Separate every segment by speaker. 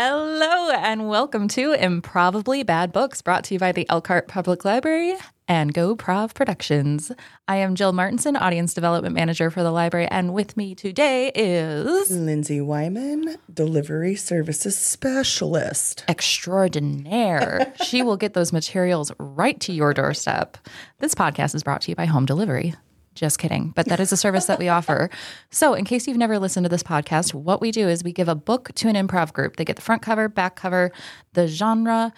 Speaker 1: Hello, and welcome to Improbably Bad Books, brought to you by the Elkhart Public Library and GoProv Productions. I am Jill Martinson, Audience Development Manager for the library, and with me today is
Speaker 2: Lindsay Wyman, delivery services specialist.
Speaker 1: extraordinaire. she will get those materials right to your doorstep. This podcast is brought to you by Home Delivery. Just kidding, but that is a service that we offer. So, in case you've never listened to this podcast, what we do is we give a book to an improv group. They get the front cover, back cover, the genre,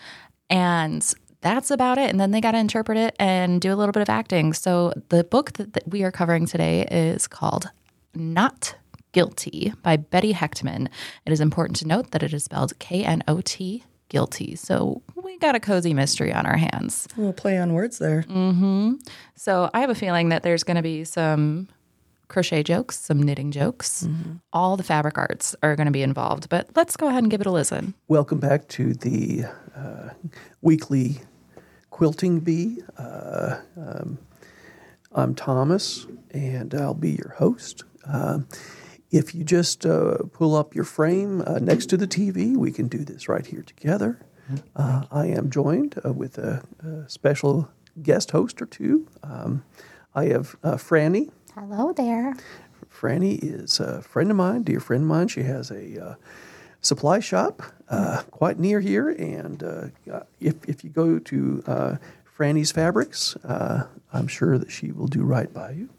Speaker 1: and that's about it. And then they got to interpret it and do a little bit of acting. So, the book that, that we are covering today is called Not Guilty by Betty Hechtman. It is important to note that it is spelled K N O T guilty. So we got a cozy mystery on our hands.
Speaker 2: A little play on words there.
Speaker 1: So I have a feeling that there's going to be some crochet jokes, some knitting jokes. All the fabric arts are going to be involved, but let's go ahead and give it a listen.
Speaker 3: Welcome back to the uh, weekly Quilting Bee. Uh, um, I'm Thomas, and I'll be your host. Uh, if you just uh, pull up your frame uh, next to the TV, we can do this right here together. Uh, I am joined uh, with a, a special guest host or two. Um, I have uh, Franny.
Speaker 4: Hello there.
Speaker 3: Franny is a friend of mine, dear friend of mine. She has a uh, supply shop uh, quite near here, and uh, if if you go to uh, Franny's Fabrics, uh, I'm sure that she will do right by you.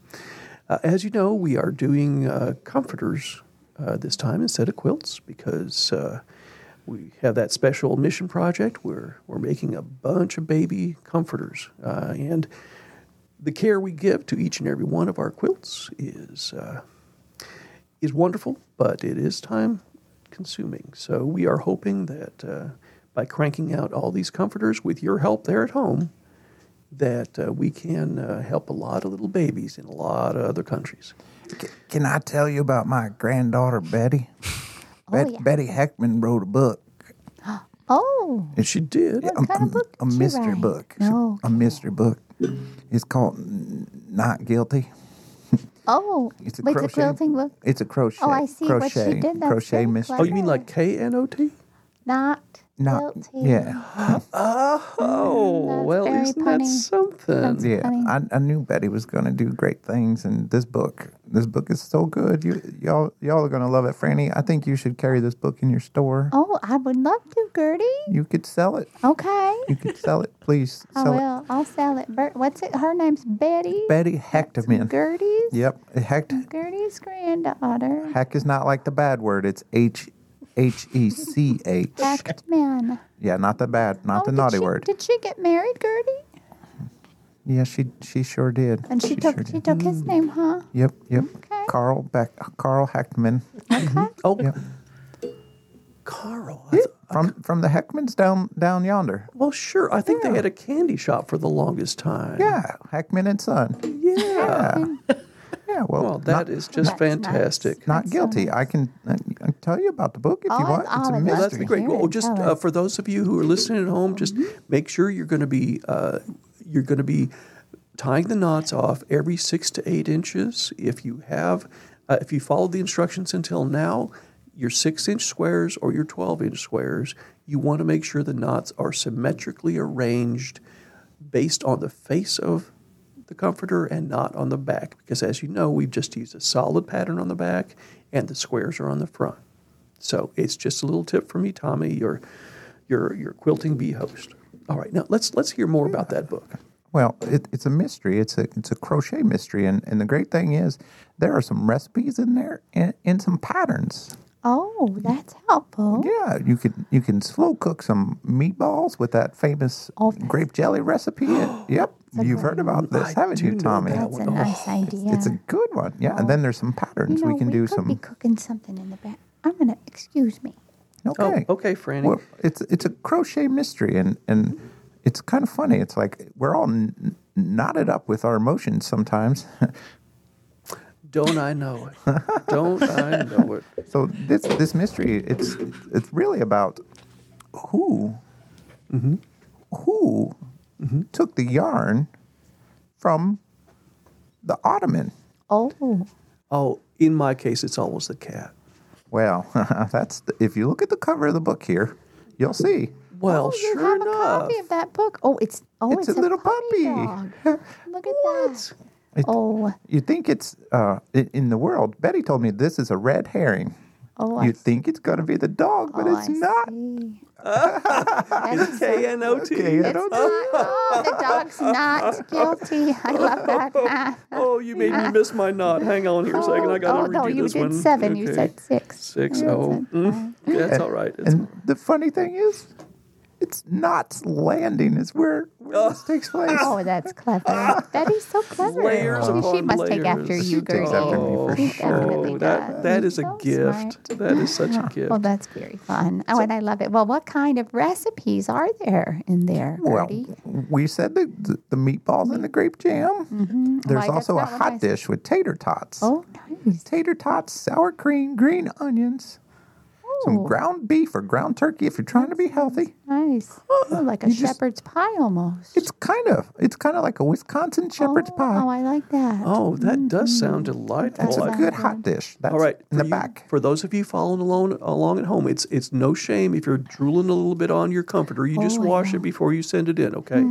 Speaker 3: Uh, as you know, we are doing uh, comforters uh, this time instead of quilts because. Uh, we have that special mission project where we're making a bunch of baby comforters. Uh, and the care we give to each and every one of our quilts is uh, is wonderful, but it is time consuming. So we are hoping that uh, by cranking out all these comforters with your help there at home, that uh, we can uh, help a lot of little babies in a lot of other countries.
Speaker 5: C- Can I tell you about my granddaughter Betty? Bet-
Speaker 4: Oh, yeah.
Speaker 5: Betty Heckman wrote a book.
Speaker 4: Oh,
Speaker 3: And she did.
Speaker 5: a,
Speaker 4: kind of book
Speaker 5: a
Speaker 4: did she
Speaker 5: mystery
Speaker 4: write?
Speaker 5: book.
Speaker 4: Oh,
Speaker 5: A mystery book. It's called N- Not Guilty.
Speaker 4: oh,
Speaker 5: It's a
Speaker 4: with the
Speaker 5: crochet-
Speaker 4: quilting book,
Speaker 5: It's a crochet.
Speaker 4: Oh, I see
Speaker 5: crochet,
Speaker 4: what she did. That's
Speaker 5: crochet
Speaker 4: very
Speaker 5: mystery. Oh,
Speaker 3: Oh, you mean like K N O T?
Speaker 4: not
Speaker 5: Not,
Speaker 4: guilty.
Speaker 5: yeah,
Speaker 3: Oh,
Speaker 4: that's
Speaker 3: well,
Speaker 4: very
Speaker 3: isn't that
Speaker 4: punny.
Speaker 3: something?
Speaker 5: yeah. I, I knew Betty was going to do great things, and this book, this book is so good. You, y'all, y'all are going to love it, Franny. I think you should carry this book in your store.
Speaker 4: Oh, I would love to, Gertie.
Speaker 5: You could sell it.
Speaker 4: Okay,
Speaker 5: You could sell it, please.
Speaker 4: Oh. I
Speaker 5: sell
Speaker 4: will. I'll sell it. Bert, what's it? Her name's Betty.
Speaker 5: it. Betty Heckman.
Speaker 4: Gertie's.
Speaker 5: Yep, Hecht.
Speaker 4: Gertie's granddaughter.
Speaker 5: Heck is not like the bad word. It's H H E C H.
Speaker 4: Hacked man.
Speaker 5: Yeah, not the bad, not
Speaker 4: oh,
Speaker 5: the
Speaker 4: did
Speaker 5: naughty
Speaker 4: she-
Speaker 5: word.
Speaker 4: Did she get married, Gertie?
Speaker 5: Yeah, she she sure did.
Speaker 4: And she, took
Speaker 5: sure
Speaker 4: she
Speaker 5: did.
Speaker 4: took his name, huh?
Speaker 5: Yep, yep.
Speaker 4: Okay.
Speaker 5: Carl Beck, Carl Heckman
Speaker 3: Oh,
Speaker 5: Yep.
Speaker 3: Carl. I th-
Speaker 5: from from the Heckmans down down yonder.
Speaker 3: well, sure. I think they had a candy shop for the longest time.
Speaker 5: Yeah, Heckman and Son.
Speaker 3: Yeah.
Speaker 5: Yeah, yeah. Well,
Speaker 3: Well,
Speaker 5: not,
Speaker 3: that is just
Speaker 4: That's nice.
Speaker 3: fantastic.
Speaker 5: not guilty. I can I can tell you about the book if
Speaker 4: Oh,
Speaker 5: you
Speaker 4: I-
Speaker 5: want.
Speaker 4: I
Speaker 5: It's
Speaker 4: would love
Speaker 5: a
Speaker 3: Well,
Speaker 5: mystery.
Speaker 3: that'd be great.
Speaker 4: Here
Speaker 3: Well,
Speaker 4: and
Speaker 3: just
Speaker 4: tell
Speaker 3: uh,
Speaker 4: us.
Speaker 3: for those of you who are listening at home, just make sure you're going to be uh, you're going to be tying the knots off every six to eight inches. If you have, uh, if you followed the instructions until now, your six inch squares or your twelve inch squares, you want to make sure the knots are symmetrically arranged based on the face of the comforter and not on the back, because as you know, we've just used a solid pattern on the back, and the squares are on the front. So it's just a little tip from me, Tommy, your your your quilting bee host. All right, now let's let's hear more about that book.
Speaker 5: Well, it, it's a mystery. It's a it's a crochet mystery, and, and the great thing is there are some recipes in there and, and some patterns.
Speaker 4: Oh, that's helpful.
Speaker 5: Yeah, you can you can slow cook some meatballs with that famous
Speaker 4: Oh, that's
Speaker 5: grape jelly recipe. And- yep,
Speaker 4: a
Speaker 5: you've
Speaker 4: good
Speaker 5: heard about this,
Speaker 3: I
Speaker 5: haven't
Speaker 3: do
Speaker 5: you,
Speaker 3: know
Speaker 5: Tommy?
Speaker 3: that
Speaker 4: That's a nice idea.
Speaker 5: It's a good one. Yeah, and then there's some
Speaker 4: You
Speaker 5: patterns
Speaker 4: know,
Speaker 5: we can do
Speaker 4: could
Speaker 5: some.
Speaker 4: be cooking something in the back. I'm gonna excuse me.
Speaker 5: okay.
Speaker 3: Oh, okay, Franny.
Speaker 5: Well, it's it's a crochet mystery, and and it's kind of funny. It's like we're all n- knotted up with our emotions sometimes.
Speaker 3: Don't I know it? Don't I know it?
Speaker 5: So this this mystery it's it's really about who who took the yarn from the ottoman.
Speaker 4: Oh,
Speaker 3: Oh, in my case, it's always the cat.
Speaker 5: Well, that's the, if you look at the cover of the book here, You'll see.
Speaker 3: Well,
Speaker 4: oh, you
Speaker 3: sure
Speaker 4: have a
Speaker 3: enough.
Speaker 4: copy of that book. Oh, it's oh,
Speaker 5: It's
Speaker 4: it's,
Speaker 5: a little puppy.
Speaker 4: dog. Look at that.
Speaker 5: It-
Speaker 4: Oh,
Speaker 5: You think it's uh, i- in the world. Betty told me this is a red herring.
Speaker 4: oh, I
Speaker 5: You think it's going to be the dog, but
Speaker 4: oh,
Speaker 5: it's
Speaker 4: I
Speaker 5: not.
Speaker 4: see. That's
Speaker 3: K N O T.
Speaker 5: Okay, I
Speaker 4: It's
Speaker 5: don't
Speaker 4: not. Oh, the dog's not guilty. I love that.
Speaker 3: Oh, you made me miss my knot. Hang on here a second. I
Speaker 4: oh,
Speaker 3: gotta redo
Speaker 4: no, you
Speaker 3: this
Speaker 4: did
Speaker 3: one.
Speaker 4: seven. You
Speaker 3: Okay.
Speaker 4: said six.
Speaker 3: six.
Speaker 4: You said
Speaker 3: Oh, mm, that's all right. It's
Speaker 5: And the funny thing is, it's not landing. Is where, where this takes place.
Speaker 4: Oh, that's clever. Betty's so clever.
Speaker 3: Layers
Speaker 4: she
Speaker 3: upon
Speaker 4: must take after
Speaker 3: layers.
Speaker 4: you,
Speaker 5: She takes
Speaker 4: Gertie.
Speaker 5: after me for
Speaker 4: She
Speaker 5: sure.
Speaker 4: definitely
Speaker 3: oh, that
Speaker 4: does.
Speaker 3: that is a
Speaker 4: So
Speaker 3: gift.
Speaker 4: smart.
Speaker 3: That is such a gift.
Speaker 4: Well, that's very fun. Oh, and I love it. Well, what kind of recipes are there in there,
Speaker 5: Well,
Speaker 4: Gertie?
Speaker 5: we said the, the, the meatballs and the grape jam.
Speaker 4: Why,
Speaker 5: There's
Speaker 4: that's
Speaker 5: also
Speaker 4: not
Speaker 5: a
Speaker 4: what Mm-hmm. I
Speaker 5: hot
Speaker 4: said.
Speaker 5: dish with tater tots.
Speaker 4: Oh, nice.
Speaker 5: Tater tots, sour cream, green onions, some
Speaker 4: Oh.
Speaker 5: ground beef or ground turkey if you're trying to be healthy.
Speaker 4: Nice. Oh, like a
Speaker 5: You just-
Speaker 4: shepherd's pie almost.
Speaker 5: It's kind of it's kind of like a Wisconsin shepherd's
Speaker 4: oh,
Speaker 5: pie.
Speaker 4: Oh, I like that.
Speaker 3: oh, that does sound delightful.
Speaker 5: That's
Speaker 3: I-
Speaker 5: a good hot dish. That's
Speaker 3: All right,
Speaker 5: in the
Speaker 3: for you-
Speaker 5: back.
Speaker 3: For those of you following along along at home, it's it's no shame if you're drooling a little bit on your comforter. You just
Speaker 4: Oh, I Mm-hmm.
Speaker 3: wash it before you send it in. Okay.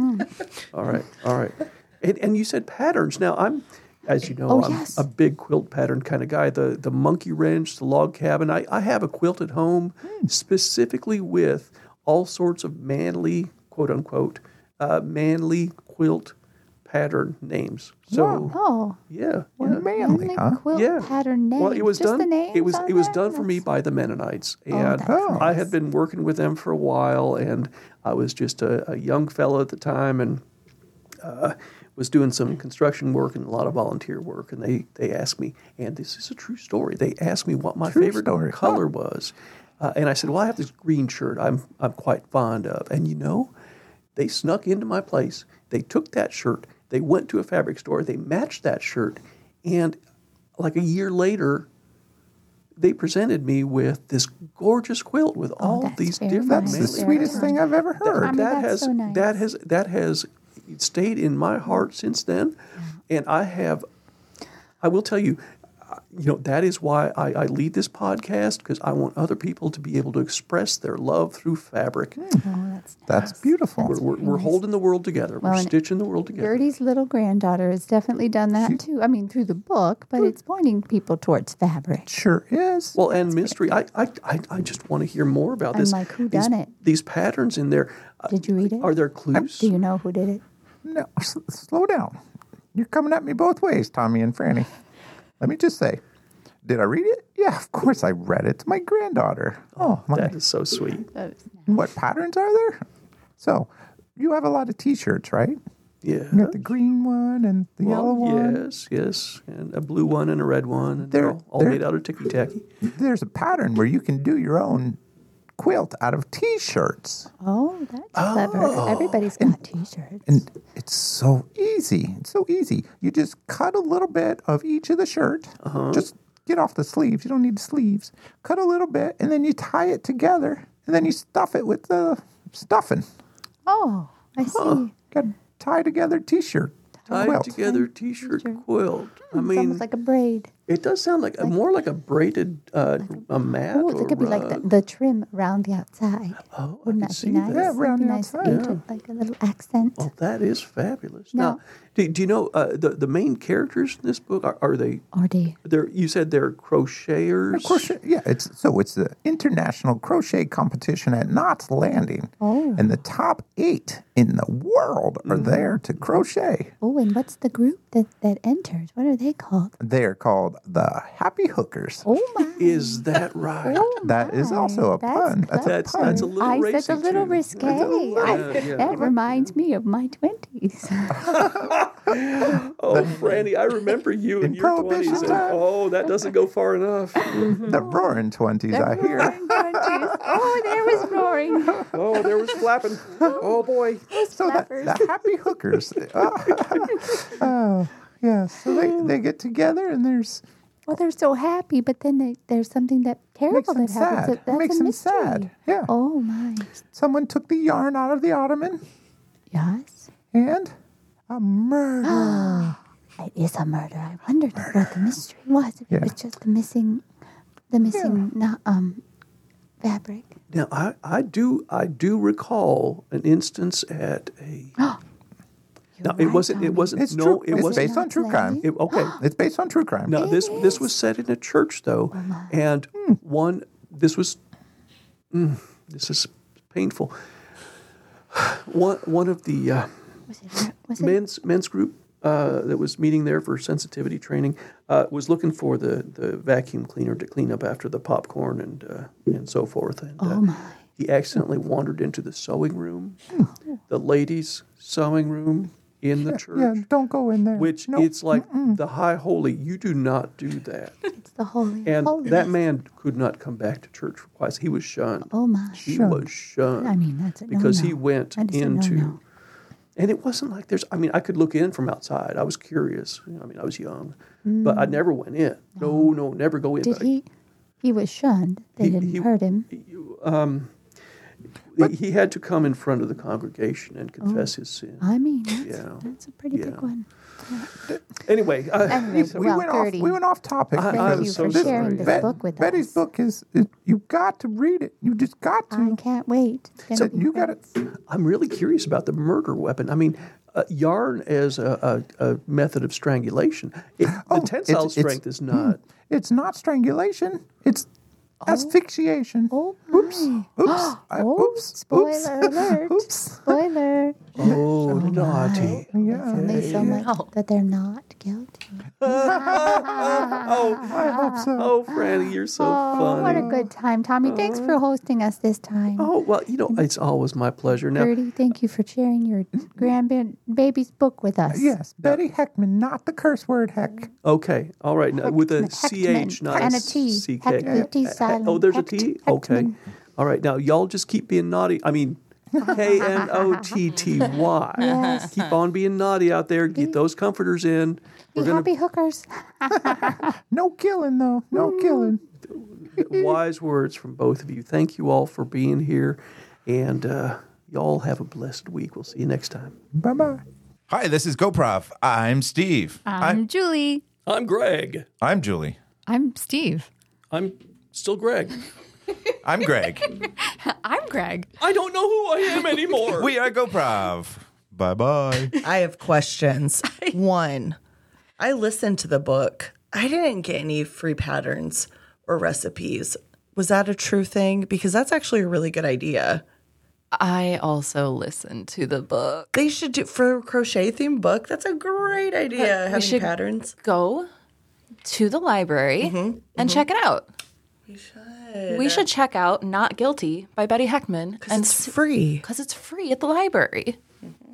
Speaker 3: All right. All right. And, and you said patterns. Now I'm, as you know,
Speaker 4: Oh,
Speaker 3: I'm
Speaker 4: yes.
Speaker 3: a big quilt pattern kind of guy. The the monkey wrench, the log cabin. I I have a quilt at home
Speaker 4: Hmm.
Speaker 3: specifically with all sorts of manly quote unquote uh, manly quilt pattern names. So
Speaker 4: Oh,
Speaker 3: yeah.
Speaker 5: We're
Speaker 3: yeah.
Speaker 5: manly,
Speaker 4: Only
Speaker 5: huh?
Speaker 4: quilt
Speaker 3: Yeah.
Speaker 4: pattern name.
Speaker 3: Well, it was
Speaker 4: Just
Speaker 3: done.
Speaker 4: The names
Speaker 3: it was
Speaker 4: on
Speaker 3: it was
Speaker 4: there?
Speaker 3: done for me by the Mennonites, and
Speaker 4: that's Oh.
Speaker 3: I had been working with them for a while, and I was just a, a young fellow at the time, and uh, was doing some construction work and a lot of volunteer work, and they they asked me, and this is a true story. They asked me what my
Speaker 5: True
Speaker 3: favorite
Speaker 5: story, huh.
Speaker 3: color was, uh, and I said, well, I have this green shirt I'm I'm quite fond of, and you know, they snuck into my place. They took that shirt. They went to a fabric store. They matched that shirt, and like a year later, they presented me with this gorgeous quilt with all
Speaker 4: that's
Speaker 3: these
Speaker 4: very
Speaker 3: different.
Speaker 5: That's the
Speaker 4: nice.
Speaker 3: manly-
Speaker 5: sweetest thing I've ever
Speaker 3: that-
Speaker 5: heard.
Speaker 4: Mommy,
Speaker 3: that
Speaker 4: that's
Speaker 3: has
Speaker 4: so nice.
Speaker 3: that has that has stayed in my heart since then, and I have. I will tell you, uh, you know that is why I, I lead this podcast because I want other people to be able to express their love through fabric.
Speaker 4: Oh, that's
Speaker 5: That's beautiful.
Speaker 3: We're, we're, we're holding the world together.
Speaker 4: Well,
Speaker 3: we're
Speaker 4: and
Speaker 3: stitching the world together.
Speaker 4: Gertie's little granddaughter has definitely done that too. I mean, through the book, but it's pointing people towards fabric.
Speaker 5: sure is.
Speaker 3: Well, and mystery. I, I, I, I just want to hear more about
Speaker 4: I'm
Speaker 3: this.
Speaker 4: like, who
Speaker 3: these,
Speaker 4: done it?
Speaker 3: These patterns in there. Uh,
Speaker 4: Did you read it?
Speaker 3: Are there clues?
Speaker 4: Do you know who did it?
Speaker 5: No, s- slow down. You're coming at me both ways, Tommy and Franny. Let me just say, did I read it? Yeah, of course I read it. It's my granddaughter. Oh, my.
Speaker 3: That is so sweet.
Speaker 5: What patterns are there? So, you have a lot of T-shirts, right?
Speaker 3: Yeah.
Speaker 5: You got the green one and the yellow one.
Speaker 3: Yes, yes, and a blue one and a red one, and they're
Speaker 5: They're-
Speaker 3: all, all
Speaker 5: they're-
Speaker 3: made out of ticky tacky.
Speaker 5: There's a pattern where you can do your own quilt out of T-shirts.
Speaker 4: Oh, that's clever. Everybody's got T-shirts.
Speaker 5: And it's so easy. It's so easy. You just cut a little bit of each of the shirt. Just get off the sleeves. You don't need sleeves. Cut a little bit, and then you tie it together, and then you stuff it with the stuffing.
Speaker 4: oh, I see.
Speaker 5: Got a tie together T-shirt.
Speaker 3: Tied
Speaker 5: quilt.
Speaker 3: together T-shirt quilt. I
Speaker 4: it's
Speaker 3: mean,
Speaker 4: Hmm, almost like a braid.
Speaker 3: it does sound like, a, more like a braided uh, a mat.
Speaker 4: Oh,
Speaker 3: or
Speaker 4: it could be like the,
Speaker 3: rug.
Speaker 4: the trim around the outside.
Speaker 3: Oh, I
Speaker 4: Wouldn't
Speaker 3: could
Speaker 4: that
Speaker 3: see
Speaker 4: be nice?
Speaker 3: that.
Speaker 5: Yeah, around the
Speaker 4: nice
Speaker 5: outside. Oh.
Speaker 4: painted, like a little accent.
Speaker 3: Well, that is fabulous.
Speaker 4: No.
Speaker 3: Now, do, do you know uh, the the main characters in this book are, are they?
Speaker 4: Or do you?
Speaker 3: They're you said they're crocheters.
Speaker 5: Crochet, yeah, it's so it's the international crochet competition at Knott's Landing,
Speaker 4: Oh.
Speaker 5: and the top eight in the world are there to crochet.
Speaker 4: Oh, and what's the group that that enters? What are they called?
Speaker 5: They are called the Happy Hookers.
Speaker 4: Oh my.
Speaker 3: Is that right?
Speaker 4: Oh
Speaker 5: That is
Speaker 4: my,
Speaker 5: also a pun. That's
Speaker 4: clever.
Speaker 5: a pun. That's
Speaker 3: a little
Speaker 4: I, That's a
Speaker 3: racy,
Speaker 4: little
Speaker 3: too.
Speaker 4: risque.
Speaker 3: That's a
Speaker 4: I-
Speaker 3: yeah, yeah.
Speaker 4: That reminds me of my twenties.
Speaker 3: Oh, Franny, I remember you in,
Speaker 5: In
Speaker 3: your twenties.
Speaker 5: Prohibition
Speaker 3: And,
Speaker 5: time.
Speaker 3: oh, that doesn't go far enough.
Speaker 5: The roaring twenties, I hear.
Speaker 4: Oh, there was roaring.
Speaker 3: oh, there was flapping. Oh boy.
Speaker 5: So the, the happy hookers. oh, yeah. So they, they get together and there's
Speaker 4: Well, they're so happy, but then they, there's something that
Speaker 5: makes
Speaker 4: terrible
Speaker 5: them
Speaker 4: that happens.
Speaker 5: sad.
Speaker 4: That- That's
Speaker 5: makes
Speaker 4: a
Speaker 5: them
Speaker 4: mystery.
Speaker 5: sad. Yeah.
Speaker 4: Oh my.
Speaker 5: Someone took the yarn out of the ottoman
Speaker 4: Yes,
Speaker 5: and a murder.
Speaker 4: it is a murder. I wondered what the mystery was. If
Speaker 5: Yeah.
Speaker 4: it was just the missing, the missing no- um, fabric.
Speaker 3: Now, I, I do I do recall an instance at a. now it
Speaker 4: right,
Speaker 3: wasn't it
Speaker 4: Tony.
Speaker 3: wasn't
Speaker 5: It's
Speaker 3: no
Speaker 5: true.
Speaker 3: it
Speaker 5: it's
Speaker 3: wasn't
Speaker 5: based on true crime.
Speaker 3: it, okay
Speaker 5: It's based on true crime.
Speaker 3: now this this was set in a church though and
Speaker 5: Hmm.
Speaker 3: one this was mm, this is painful one one of the uh,
Speaker 4: Was it? Was it?
Speaker 3: men's men's group uh, that was meeting there for sensitivity training uh, was looking for the, the vacuum cleaner to clean up after the popcorn and uh, and so forth. And,
Speaker 5: Oh,
Speaker 3: uh, He accidentally wandered into the sewing room, the ladies' sewing room in the church,
Speaker 5: Hmm. Yeah, don't go in there.
Speaker 3: which
Speaker 5: Nope.
Speaker 3: it's like the high holy. You do not do that.
Speaker 4: It's the holy.
Speaker 3: And
Speaker 4: holy.
Speaker 3: that man could not come back to church for twice. He was shunned.
Speaker 4: Oh my.
Speaker 3: He
Speaker 5: Shunned.
Speaker 3: was shunned
Speaker 4: I mean, that's a no,
Speaker 3: because
Speaker 4: no.
Speaker 3: he went
Speaker 4: That is a
Speaker 3: into
Speaker 4: no-no.
Speaker 3: and it wasn't like there's i mean i could look in from outside i was curious you know, i mean i was young but i never went in no no never go in
Speaker 4: Mm. Oh. Did
Speaker 3: But
Speaker 4: he? He was shunned. They
Speaker 3: He-
Speaker 4: didn't
Speaker 3: he-
Speaker 4: hurt him.
Speaker 3: he, he had to come in front of the congregation and confess his sin
Speaker 4: I mean, that's,
Speaker 3: Yeah.
Speaker 4: that's a pretty
Speaker 3: Yeah.
Speaker 4: big one.
Speaker 3: anyway I,
Speaker 4: Anyways,
Speaker 5: we
Speaker 4: well,
Speaker 5: went
Speaker 4: Gertie,
Speaker 5: off. We went off topic.
Speaker 3: I-
Speaker 5: because
Speaker 3: I'm
Speaker 4: thank you
Speaker 3: so
Speaker 4: for
Speaker 3: sorry.
Speaker 4: sharing this
Speaker 5: Bet-
Speaker 4: book with
Speaker 5: Betty's
Speaker 4: us.
Speaker 5: book is, is you got to read it. You just got
Speaker 4: I
Speaker 5: to.
Speaker 4: can't wait. It's gonna
Speaker 5: So
Speaker 4: be
Speaker 5: you
Speaker 4: great.
Speaker 5: got it.
Speaker 3: i'm really curious about the murder weapon i mean uh, yarn as a, a, a method of strangulation it,
Speaker 5: Oh,
Speaker 3: the tensile
Speaker 5: it's- it's-
Speaker 3: strength is not
Speaker 5: It's not strangulation. It's asphyxiation.
Speaker 4: Oh
Speaker 5: Oops.
Speaker 4: my.
Speaker 5: Oops. I-
Speaker 4: Oh,
Speaker 5: oops.
Speaker 4: spoiler
Speaker 5: Oops.
Speaker 4: alert.
Speaker 5: Oops.
Speaker 4: Spoiler.
Speaker 3: oh
Speaker 4: Hmm.
Speaker 3: naughty
Speaker 4: Oh,
Speaker 5: Yeah.
Speaker 4: Only so much
Speaker 1: No.
Speaker 4: that they're not guilty.
Speaker 5: I hope so.
Speaker 3: oh franny you're so
Speaker 4: Oh, what
Speaker 3: funny
Speaker 4: a good time, Tommy. Thanks
Speaker 5: Oh.
Speaker 4: for hosting us this time.
Speaker 3: oh well you
Speaker 4: Mm-hmm.
Speaker 3: know it's always my pleasure now
Speaker 4: Gertie, thank you for sharing your
Speaker 5: Mm-hmm.
Speaker 4: grandbaby's book with us.
Speaker 5: Yes, Betty Heckman, not the curse word heck.
Speaker 3: Okay. All right. Now, with a
Speaker 4: Heckman.
Speaker 3: CH, not
Speaker 4: And
Speaker 3: a
Speaker 4: a T.
Speaker 3: CK.
Speaker 4: Heckman. The T's
Speaker 3: Uh, uh,
Speaker 4: silent.
Speaker 3: Oh, there's a
Speaker 4: Hecht-
Speaker 3: T? Okay.
Speaker 4: Heckman.
Speaker 3: All right. Now, y'all just keep being naughty. I mean, K N O T T Y. Keep on being naughty out there. Get those comforters in.
Speaker 4: Be
Speaker 3: We're going
Speaker 4: happy
Speaker 3: to.
Speaker 4: hookers.
Speaker 5: No killing though. No
Speaker 4: Mm.
Speaker 5: killing.
Speaker 3: Wise words from both of you. Thank you all for being here. And uh, y'all have a blessed week. We'll see you next time.
Speaker 5: Bye bye.
Speaker 6: Hi, this is GoProf. I'm Steve.
Speaker 7: I'm Julie.
Speaker 8: I'm Greg.
Speaker 6: I'm Julie.
Speaker 7: I'm Steve.
Speaker 8: I'm still Greg.
Speaker 6: I'm Greg.
Speaker 7: I'm Greg.
Speaker 8: I don't know who I am anymore.
Speaker 6: we are GoProf. Bye bye.
Speaker 2: I have questions. One, I listened to the book. I didn't get any free patterns or recipes. Was that a true thing? Because that's actually a really good idea.
Speaker 1: I also listened to the book.
Speaker 2: They should do for a crochet themed book. That's a great idea. having patterns.
Speaker 1: Go to the library and check it out.
Speaker 2: We should.
Speaker 1: We should check out Not Guilty by Betty Heckman and
Speaker 2: It's free.
Speaker 1: because it's free at the library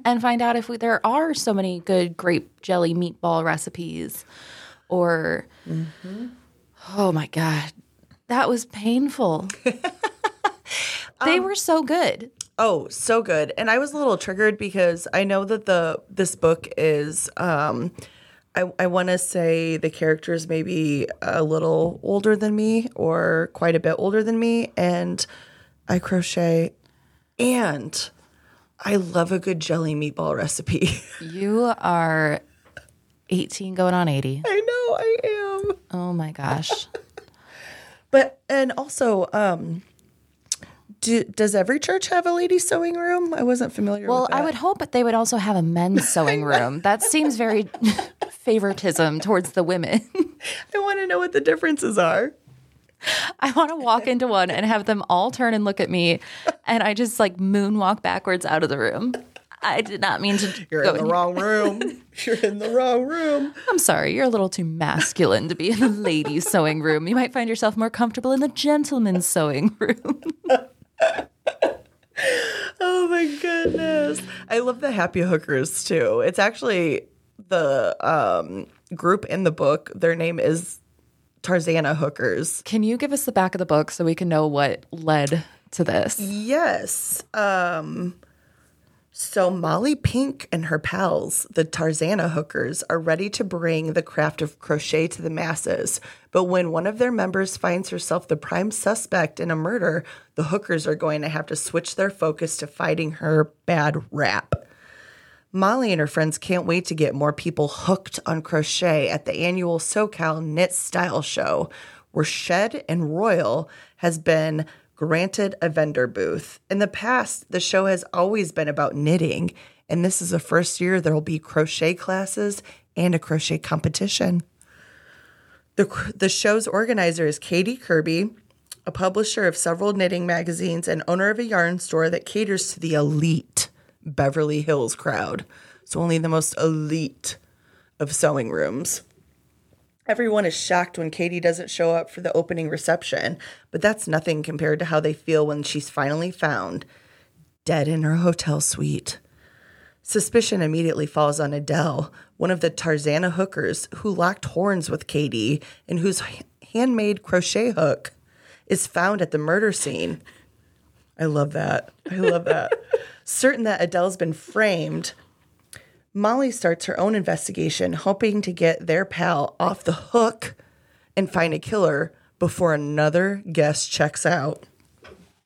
Speaker 1: and find out if we, there are so many good grape jelly meatball recipes or oh my god that was painful they were so good
Speaker 2: Oh, so good. And I was a little triggered because I know that the this book is um I, I want to say the character is maybe a little older than me or quite a bit older than me and I crochet and I love a good jelly meatball recipe.
Speaker 1: you are 18 going on 80
Speaker 2: I know I am.
Speaker 1: oh my gosh
Speaker 2: But and also um do, does every church have a lady sewing room? I wasn't familiar
Speaker 1: well
Speaker 2: with that.
Speaker 1: i would hope that they would also have a men's sewing room that seems very favoritism towards the women
Speaker 2: I want to know what the differences are.
Speaker 1: I want to walk into one and have them all turn and look at me, and I just like moonwalk backwards out of the room. I did not mean to.
Speaker 2: You're
Speaker 1: go
Speaker 2: in the
Speaker 1: here.
Speaker 2: wrong room. You're in the wrong room.
Speaker 1: I'm sorry. You're a little too masculine to be in the ladies' sewing room. You might find yourself more comfortable in the gentleman's sewing room.
Speaker 2: Oh my goodness. I love the happy hookers too. It's actually the um, group in the book. Their name is Tarzana Hookers.
Speaker 1: Can you give us the back of the book so we can know what led to this?
Speaker 2: Yes. Um, so Molly Pink and her pals, the Tarzana hookers, are ready to bring the craft of crochet to the masses. But when one of their members finds herself the prime suspect in a murder, the hookers are going to have to switch their focus to fighting her bad rap. Molly and her friends can't wait to get more people hooked on crochet at the annual SoCal Knit Style Show, where Shed and Royal has been granted a vendor booth. In the past, the show has always been about knitting, and this is the first year there will be crochet classes and a crochet competition. The, cr- the show's organizer is Katie Kirby, a publisher of several knitting magazines and owner of a yarn store that caters to the elite Beverly Hills crowd. So, only the most elite of sewing rooms. Everyone is shocked when Katie doesn't show up for the opening reception, but that's nothing compared to how they feel when she's finally found dead in her hotel suite. Suspicion immediately falls on Adele, one of the Tarzana hookers who locked horns with Katie and whose h- handmade crochet hook is found at the murder scene. I love that. I love that. Certain that Adele's been framed, Molly starts her own investigation, hoping to get their pal off the hook and find a killer before another guest checks out.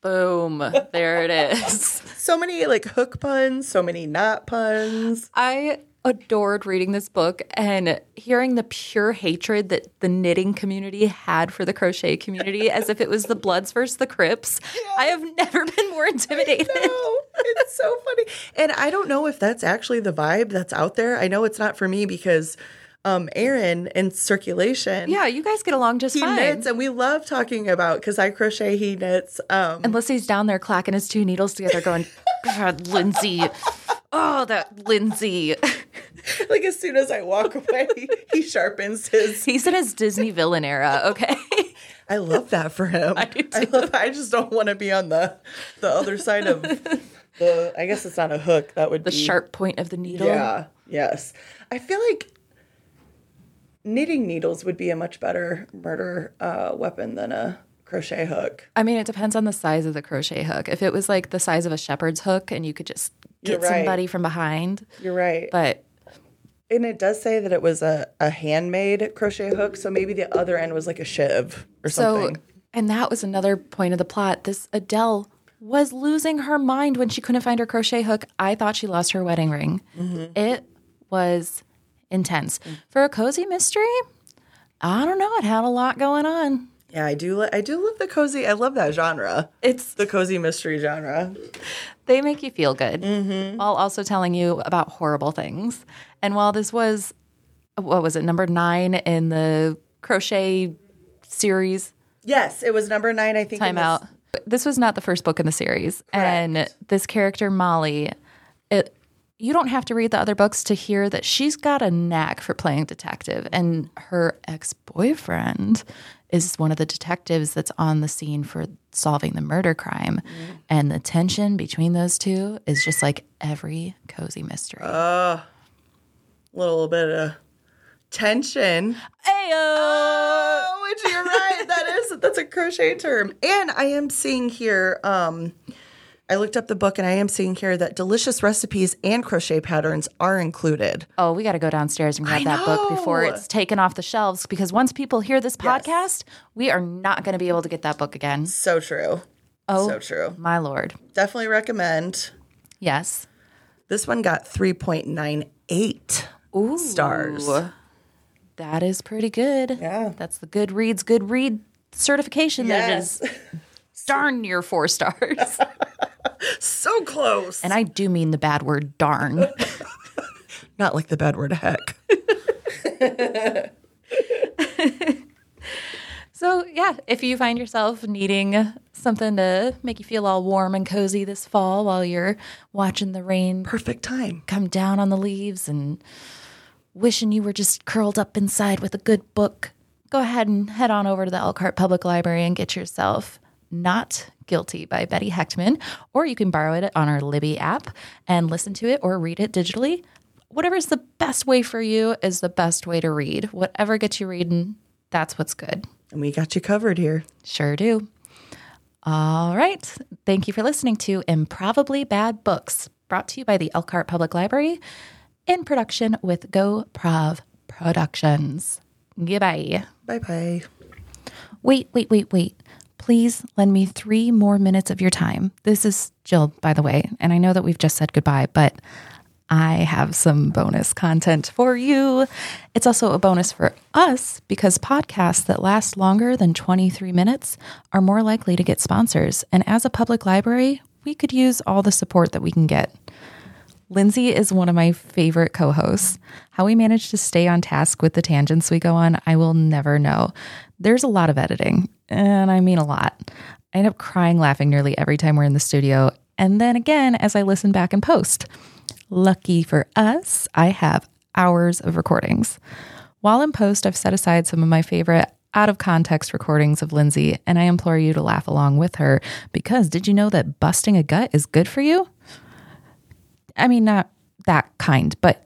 Speaker 1: Boom. There it is.
Speaker 2: So many like hook puns, so many not puns.
Speaker 1: I adored reading this book and hearing the pure hatred that the knitting community had for the crochet community as if it was the Bloods versus the Crips. I have never been more intimidated.
Speaker 2: No, it's so funny. And I don't know if that's actually the vibe that's out there. I know it's not for me because um Aaron in circulation.
Speaker 1: Yeah, you guys get along just
Speaker 2: He
Speaker 1: fine.
Speaker 2: knits and we love talking about because I crochet, he knits. Um
Speaker 1: Unless he's down there clacking his two needles together, going, God, Lindsay. Oh, that Lindsay.
Speaker 2: like as soon as I walk away, he sharpens his
Speaker 1: He's in his Disney villain era, okay?
Speaker 2: I love that for him. I,
Speaker 1: do
Speaker 2: love. I just don't want to be on the the other side of the. I guess it's not a hook. That would
Speaker 1: The
Speaker 2: be
Speaker 1: sharp point of the needle.
Speaker 2: Yeah. Yes. I feel like knitting needles would be a much better murder uh, weapon than a crochet hook.
Speaker 1: I mean, it depends on the size of the crochet hook. If it was like the size of a shepherd's hook and you could just get
Speaker 2: You're right.
Speaker 1: somebody from behind,
Speaker 2: You're right.
Speaker 1: but
Speaker 2: and it does say that it was a, a handmade crochet hook, so maybe the other end was like a shiv or
Speaker 1: so,
Speaker 2: something.
Speaker 1: and that was another point of the plot. This Adele was losing her mind when she couldn't find her crochet hook. I thought she lost her wedding ring.
Speaker 2: Mm-hmm.
Speaker 1: It was intense. For a cozy mystery, I don't know. It had a lot going on.
Speaker 2: yeah, I do. Li- I do love the cozy. I love that genre.
Speaker 1: It's
Speaker 2: The cozy mystery genre.
Speaker 1: they make you feel good while also telling you about horrible things. And while this was, what was it, number nine in the crochet series?
Speaker 2: Yes, it was number nine. I think. in
Speaker 1: Time
Speaker 2: this-
Speaker 1: out. This was not the first book in the series. And this character, Molly, it, you don't have to read the other books to hear that she's got a knack for playing detective. And her ex boyfriend is one of the detectives that's on the scene for solving the murder crime. And the tension between those two is just like every cozy mystery.
Speaker 2: little bit of tension.
Speaker 1: Ayo!
Speaker 2: Oh, which you're right. That is that's a crochet term. And I am seeing here. Um, I looked up the book, and I am seeing here that delicious recipes and crochet patterns are included.
Speaker 1: Oh, we got to go downstairs and grab that book before
Speaker 2: know.
Speaker 1: it's taken off the shelves because once people hear this podcast, we are not going to be able to get that book again.
Speaker 2: So true.
Speaker 1: Oh,
Speaker 2: So true.
Speaker 1: my lord.
Speaker 2: Definitely recommend.
Speaker 1: Yes.
Speaker 2: This one got three point nine eight stars.
Speaker 1: Ooh, That is pretty good.
Speaker 2: Yeah.
Speaker 1: That's the Goodreads Good Read certification
Speaker 2: Yes,
Speaker 1: that is darn near four stars.
Speaker 2: so close.
Speaker 1: and I do mean the bad word darn.
Speaker 2: Not like the bad word heck.
Speaker 1: So, yeah, if you find yourself needing something to make you feel all warm and cozy this fall while you're watching the rain
Speaker 2: Perfect time.
Speaker 1: come down on the leaves and wishing you were just curled up inside with a good book, go ahead and head on over to the Elkhart Public Library and get yourself Not Guilty by Betty Hechtman, or you can borrow it on our Libby app and listen to it or read it digitally. Whatever's the best way for you is the best way to read. Whatever gets you reading, that's what's good.
Speaker 2: And we got you covered here.
Speaker 1: Sure do. All right. Thank you for listening to Improbably Bad Books, brought to you by the Elkhart Public Library in production with GoProv Productions. Goodbye.
Speaker 2: Bye bye.
Speaker 1: Wait, wait, wait, wait. Please lend me three more minutes of your time. This is Jill, by the way. And I know that we've just said goodbye, but I have some bonus content for you. It's also a bonus for us because podcasts that last longer than 23 minutes are more likely to get sponsors. And as a public library, we could use all the support that we can get. Lindsay is one of my favorite co hosts. How we manage to stay on task with the tangents we go on, I will never know. There's a lot of editing, and I mean a lot. I end up crying laughing nearly every time we're in the studio, and then again as I listen back and post. Lucky for us, I have hours of recordings. While in post, I've set aside some of my favorite out of context recordings of Lindsay, and I implore you to laugh along with her because did you know that busting a gut is good for you? I mean, not that kind, but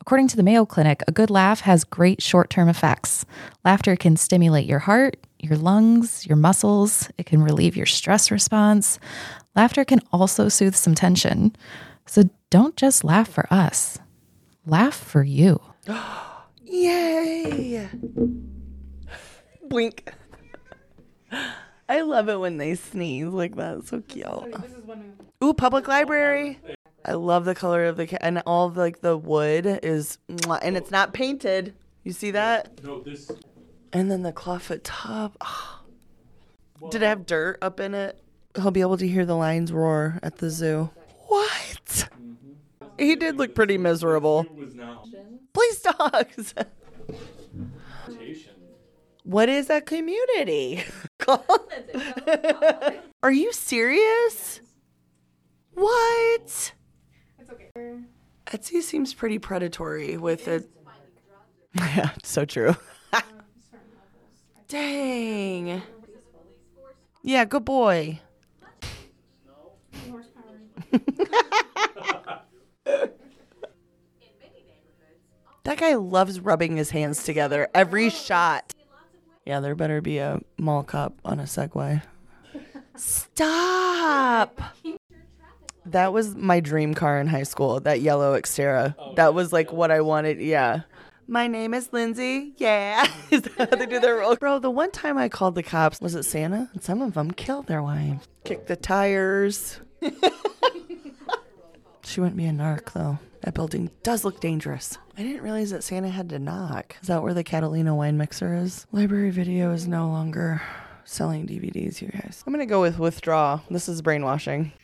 Speaker 1: according to the Mayo Clinic, a good laugh has great short term effects. Laughter can stimulate your heart, your lungs, your muscles, it can relieve your stress response. Laughter can also soothe some tension. So don't just laugh for us, laugh for you.
Speaker 2: Yay! Blink. I love it when they sneeze like that. So cute. Ooh, public library. I love the color of the ca- and all of like the wood is mwah, and it's not painted. You see that? No, this. And then the clawfoot tub. Ah. Did it have dirt up in it? He'll be able to hear the lions roar at the zoo. What? He did look pretty miserable. Please, dogs. What is a community? Are you serious? What? Etsy seems pretty predatory with it. Yeah, so true. Dang. Yeah, good boy. That guy loves rubbing his hands together every shot. Yeah, there better be a mall cop on a Segway. Stop! That was my dream car in high school, that yellow Xterra. that was like what I wanted, yeah. My name is Lindsay. Yeah. is that how they do their roll? Bro, the one time I called the cops, was it Santa? And some of them killed their wives. Kicked the tires. She wouldn't be a narc, though. That building does look dangerous. I didn't realize that Santa had to knock. Is that where the Catalina wine mixer is? Library video is no longer selling DVDs, you guys. I'm gonna go with withdraw. This is brainwashing.